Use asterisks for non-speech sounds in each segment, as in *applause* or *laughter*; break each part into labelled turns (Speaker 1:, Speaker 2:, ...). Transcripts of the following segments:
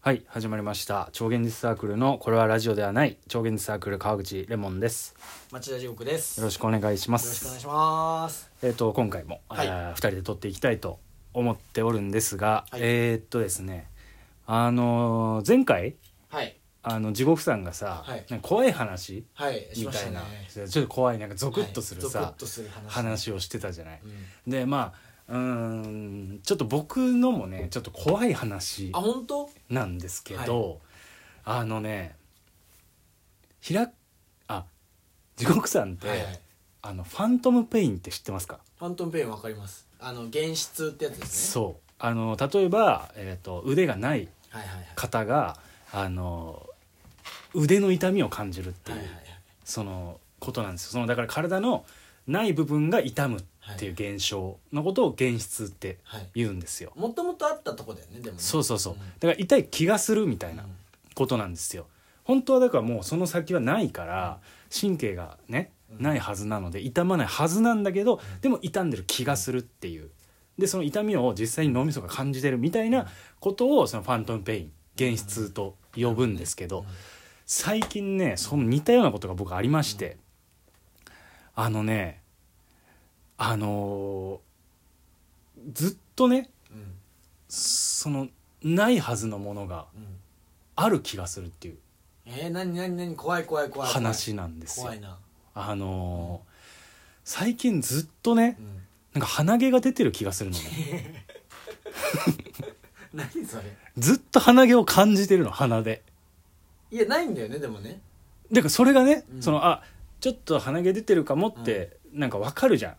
Speaker 1: はい始まりました超現実サークルのこれはラジオではない超現実サークル川口レモンです
Speaker 2: 町田地獄です
Speaker 1: よろしくお願いしま
Speaker 2: よろしくお願い
Speaker 1: す
Speaker 2: します
Speaker 1: えっ、と今回も、
Speaker 2: はい
Speaker 1: えー二人で撮っていきたいと思っておるんですが、
Speaker 2: はい
Speaker 1: えーっとですねあのー前回
Speaker 2: はい
Speaker 1: あの地獄さんがさ、
Speaker 2: はい
Speaker 1: なんか怖い話
Speaker 2: はいし
Speaker 1: み
Speaker 2: ま
Speaker 1: た
Speaker 2: した
Speaker 1: い
Speaker 2: ね
Speaker 1: なちょっと怖いなんかゾクッとするさ、
Speaker 2: はいゾクッとする話
Speaker 1: 話をしてたじゃない、
Speaker 2: うん
Speaker 1: でまあうーんちょっと僕のもねちょっと怖い話
Speaker 2: あ本当
Speaker 1: なんですけど、あのねひらあ地獄さんって、
Speaker 2: はいはい
Speaker 1: あのファントムペインって知ってますか、
Speaker 2: ファントムペインわかりますあの原質ってやつですね
Speaker 1: そうあの例えば、えー、と腕がない
Speaker 2: はいはいはい
Speaker 1: 方があの腕の痛みを感じるっていう、
Speaker 2: はいはい
Speaker 1: そのことなんですよそのだから体のない部分が痛むっていう現象のことを現質って
Speaker 2: はい
Speaker 1: 言うんですよ、
Speaker 2: もともとあったとこだよねでもね
Speaker 1: そうそうそう、
Speaker 2: ん
Speaker 1: だから痛い気がするみたいな
Speaker 2: うん
Speaker 1: ことなんですよ本当はだからもうその先はないから神経がね
Speaker 2: うん
Speaker 1: ないはずなので痛まないはずなんだけどでも痛んでる気がするっていうでその痛みを実際に脳みそが感じてるみたいなことをそのファントムペイン現質と呼ぶんですけど最近ねその似たようなことが僕ありましてあのねあのーずっとね
Speaker 2: うん
Speaker 1: そのないはずのものが
Speaker 2: うん
Speaker 1: ある気がするっていう
Speaker 2: えー何何何怖い怖い怖い
Speaker 1: 話なんですよ
Speaker 2: 怖い。な
Speaker 1: あのー最近ずっとね *laughs*
Speaker 2: うん
Speaker 1: なんか鼻毛が出てる気がするの
Speaker 2: *laughs*
Speaker 1: ね
Speaker 2: 何それ
Speaker 1: ずっと鼻毛を感じてるの鼻で
Speaker 2: いやないんだよねでもね
Speaker 1: だからそれがね、
Speaker 2: うん
Speaker 1: そのあちょっと鼻毛出てるかもって、なんかわかるじゃん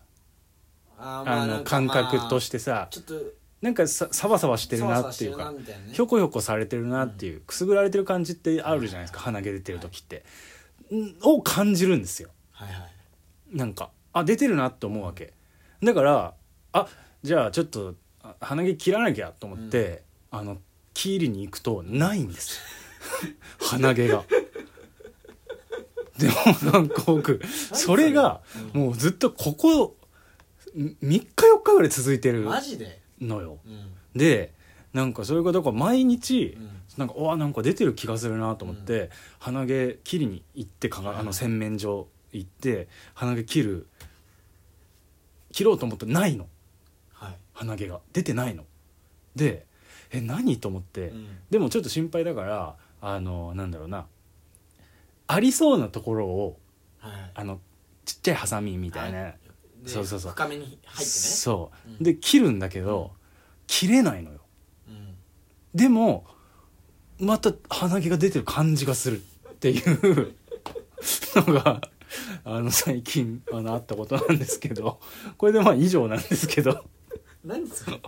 Speaker 2: あーま
Speaker 1: あ
Speaker 2: な
Speaker 1: の
Speaker 2: んか
Speaker 1: 感
Speaker 2: ま
Speaker 1: 覚としてさ
Speaker 2: ちょっと
Speaker 1: なんかさサバサバしてるなっていう
Speaker 2: そわそわ
Speaker 1: か
Speaker 2: してるなみたいなね
Speaker 1: ひょこひょこされてるなっていうくすぐられてる感じってあるじゃないですか鼻毛出てる時って、んを感じるんですよ
Speaker 2: はいはい
Speaker 1: なんかあ出てるなって思うわけだからあじゃあちょっとあ鼻毛切らなきゃと思って、あの切りに行くとないんです *laughs* 鼻毛がでもなんか僕それが
Speaker 2: うん
Speaker 1: もうずっとここ3日4日ぐらい続いてる
Speaker 2: マジで
Speaker 1: のよ
Speaker 2: うん
Speaker 1: でなんかそれがだから毎日、
Speaker 2: うん
Speaker 1: なんかおなんか出てる気がするなと思って、鼻毛切りに行ってかがあの洗面所行って鼻毛切る切ろうと思ってないの
Speaker 2: はい
Speaker 1: 鼻毛が出てないのでえ何と思って、
Speaker 2: うん
Speaker 1: でもちょっと心配だからあのなんだろうなありそうなところを
Speaker 2: はい
Speaker 1: あのちっちゃいハサミみたいな、
Speaker 2: はで
Speaker 1: そうそうそう
Speaker 2: 深めに入ってね
Speaker 1: そう、
Speaker 2: うん
Speaker 1: で切るんだけど切れないのよ
Speaker 2: うん
Speaker 1: でもまた鼻毛が出てる感じがするっていうのがあの最近あのあったことなんですけどこれでまあ以上なんですけど
Speaker 2: 何それ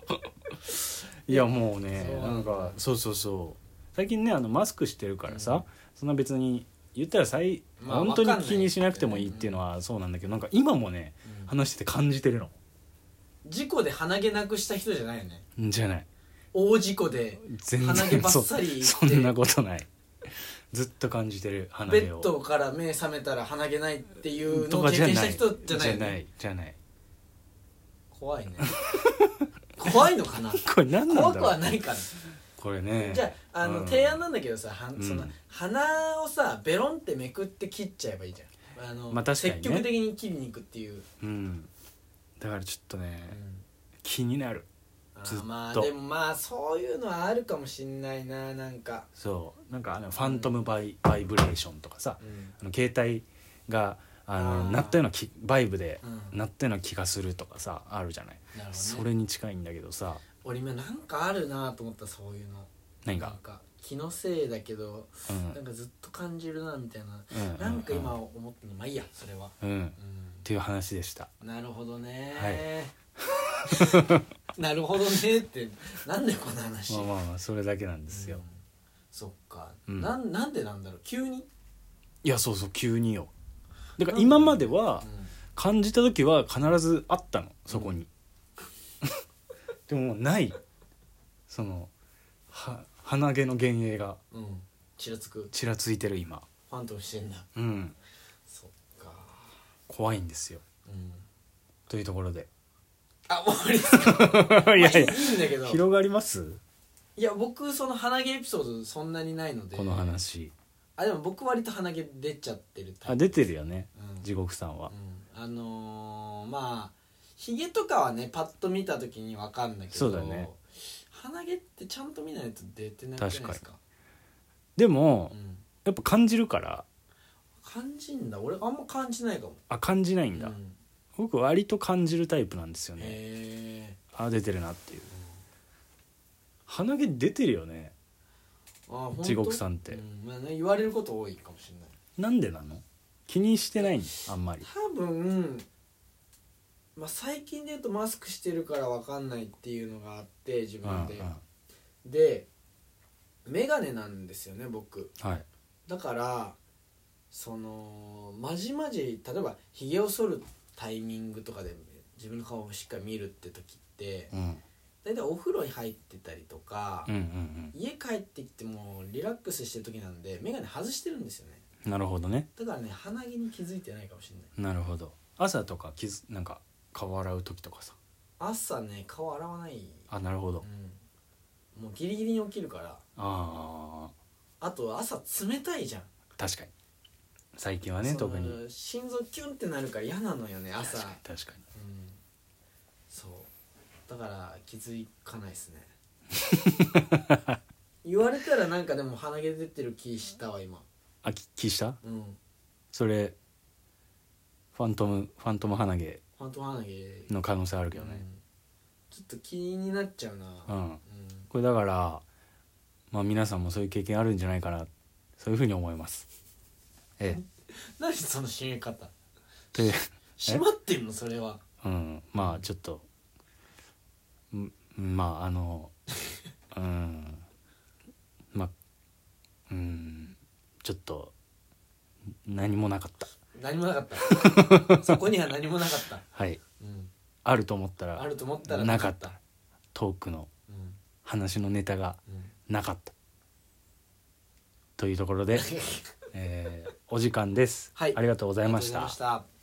Speaker 1: いやもうね
Speaker 2: そう
Speaker 1: なんかそうそうそう最近ねあのマスクしてるからさ、
Speaker 2: うん
Speaker 1: そんな別に言ったら最、
Speaker 2: まあ
Speaker 1: 本当
Speaker 2: わかん
Speaker 1: に
Speaker 2: ない
Speaker 1: 気にしなくてもいいっていうのはそうなんだけどなんか今もね話してて感じてるの
Speaker 2: 事故で鼻毛なくした人じゃないよね
Speaker 1: んじゃない
Speaker 2: 大事故で
Speaker 1: 全然
Speaker 2: 鼻毛ばっさりいって
Speaker 1: そうそんなことないずっと感じてる鼻
Speaker 2: ベ
Speaker 1: 毛
Speaker 2: ッ
Speaker 1: を
Speaker 2: ドから目覚めたら鼻毛ないっていうの
Speaker 1: と
Speaker 2: を
Speaker 1: か
Speaker 2: 経
Speaker 1: じゃ
Speaker 2: 験し
Speaker 1: な
Speaker 2: た
Speaker 1: い
Speaker 2: 人じゃないよね
Speaker 1: じゃない
Speaker 2: 怖いね怖いのかな
Speaker 1: これ何なんだろ
Speaker 2: 怖
Speaker 1: う
Speaker 2: くはないか
Speaker 1: これね
Speaker 2: らじゃああの、
Speaker 1: うん
Speaker 2: 提案なんだけどさはん
Speaker 1: うん
Speaker 2: その鼻をさベロンってめくって切っちゃえばいいじゃんあの、
Speaker 1: まあ確かにね
Speaker 2: 積極的に切りに行くっていう、
Speaker 1: うんだからちょっとね、
Speaker 2: うん
Speaker 1: 気になる
Speaker 2: あ
Speaker 1: ずっ
Speaker 2: ー
Speaker 1: と
Speaker 2: まあでもまあそういうのはあるかもしんないななんか、
Speaker 1: そうなんかあのファントムバイバイブレーションとかさ
Speaker 2: うん
Speaker 1: あの携帯があの
Speaker 2: あー
Speaker 1: 鳴ったようなきバイブで、
Speaker 2: うん
Speaker 1: 鳴ったような気がするとかさあるじゃない、
Speaker 2: なるほどね
Speaker 1: それに近いんだけどさ
Speaker 2: 俺今なんかあるなと思ったそういうの
Speaker 1: 何
Speaker 2: なん
Speaker 1: か、
Speaker 2: か気のせいだけど
Speaker 1: うん
Speaker 2: なんかずっと感じるなみたいな、
Speaker 1: うん
Speaker 2: なんか今思ってんのまあいいやそれは、
Speaker 1: うん、うんっ
Speaker 2: う
Speaker 1: ていう話でした
Speaker 2: ん、なるほどね、 *laughs* なるほどねってなんでこんな話、
Speaker 1: まあまあまあそれだけなんですよ、
Speaker 2: うんそっか、
Speaker 1: うん
Speaker 2: なんなんでなんだろう急に、
Speaker 1: いやそうそう急によだから今までは、
Speaker 2: う
Speaker 1: 感じた時は必ずあったのそこに、 *laughs* でももうないそのは鼻毛の幻影が
Speaker 2: んうん、ちらつく
Speaker 1: ちらついてる今
Speaker 2: ファントムしてんだ
Speaker 1: うん
Speaker 2: そっか
Speaker 1: 怖いんですよ
Speaker 2: うん
Speaker 1: というところで
Speaker 2: あ終わりです
Speaker 1: *laughs*
Speaker 2: か
Speaker 1: いやい *laughs*
Speaker 2: いいんだけ
Speaker 1: や
Speaker 2: ど
Speaker 1: 広がります
Speaker 2: いや僕その鼻毛エピソードそんなにないので
Speaker 1: この話
Speaker 2: あでも僕割と鼻毛出ちゃってるタ
Speaker 1: あ
Speaker 2: イプ
Speaker 1: 出てるよね
Speaker 2: うん
Speaker 1: 地獄さんは
Speaker 2: うんあのーまあひげとかはねパッと見た時に分かんだけど
Speaker 1: そうだね
Speaker 2: 鼻毛ってちゃんと見ないと出てなくないですか
Speaker 1: 確でも
Speaker 2: うん、
Speaker 1: やっぱ感じるから
Speaker 2: 感じんだ俺あんま感じないかも
Speaker 1: あ感じないんだ、
Speaker 2: うん
Speaker 1: 僕割と感じるタイプなんですよね
Speaker 2: へえ
Speaker 1: あ出てるなっていう鼻毛出てるよね
Speaker 2: あほんと
Speaker 1: 地獄さんって
Speaker 2: うんまあね、言われること多いかもしれな
Speaker 1: な
Speaker 2: い
Speaker 1: んでなの気にしてないのあんまり
Speaker 2: 多分、まあ、最近で言うとマスクしてるから分かんないっていうのがあって自
Speaker 1: うんうん
Speaker 2: 分で、で眼鏡なんですよね僕
Speaker 1: はい
Speaker 2: だからそのまじまじ例えばひげを剃るタイミングとかで自分の顔をしっかり見るって時って
Speaker 1: うん
Speaker 2: 大体お風呂に入ってたりとか、
Speaker 1: うんうん
Speaker 2: 家帰ってきてもうリラックスしてる時なんで眼鏡外してるんですよね
Speaker 1: うんなるほどね
Speaker 2: だからね鼻毛に気づいてないかもしれない
Speaker 1: なるほど朝とか気づなんか顔洗う時とかさ
Speaker 2: 朝ね顔洗わない
Speaker 1: あなるほど
Speaker 2: うんもうギリギリに起きるから
Speaker 1: あ
Speaker 2: あと朝冷たいじゃん
Speaker 1: ー確かに最近はね
Speaker 2: その
Speaker 1: 特に
Speaker 2: 心臓キュンってなるから嫌なのよね朝
Speaker 1: 確かに確かに
Speaker 2: うんそうだから気づかないですね
Speaker 1: *laughs*
Speaker 2: 言われたらなんかでも鼻毛出てる気したわ今
Speaker 1: あき気した
Speaker 2: うん
Speaker 1: それファントムファントム鼻毛
Speaker 2: 本当鼻毛
Speaker 1: の可能性ある
Speaker 2: う
Speaker 1: けどね
Speaker 2: んちょっと気になっちゃうな
Speaker 1: うん、
Speaker 2: うん
Speaker 1: これだからまあ皆さんもそういう経験あるんじゃないかなそういうふうに思いますえ
Speaker 2: 何その締め方
Speaker 1: えで
Speaker 2: 閉まってんのそれは
Speaker 1: うんまあちょっとうんまああ *laughs* のうんまあうんちょっと何もなかった
Speaker 2: 何もなか
Speaker 1: *laughs*
Speaker 2: ったそこには何もなかった、
Speaker 1: はい
Speaker 2: うん、
Speaker 1: あると思ったら
Speaker 2: あると思ったら
Speaker 1: なかったトークの
Speaker 2: うん
Speaker 1: 話のネタがなかった *laughs* というところで、えーお時間です、
Speaker 2: はい
Speaker 1: ありがとうございまし
Speaker 2: ありがとうございま
Speaker 1: た
Speaker 2: した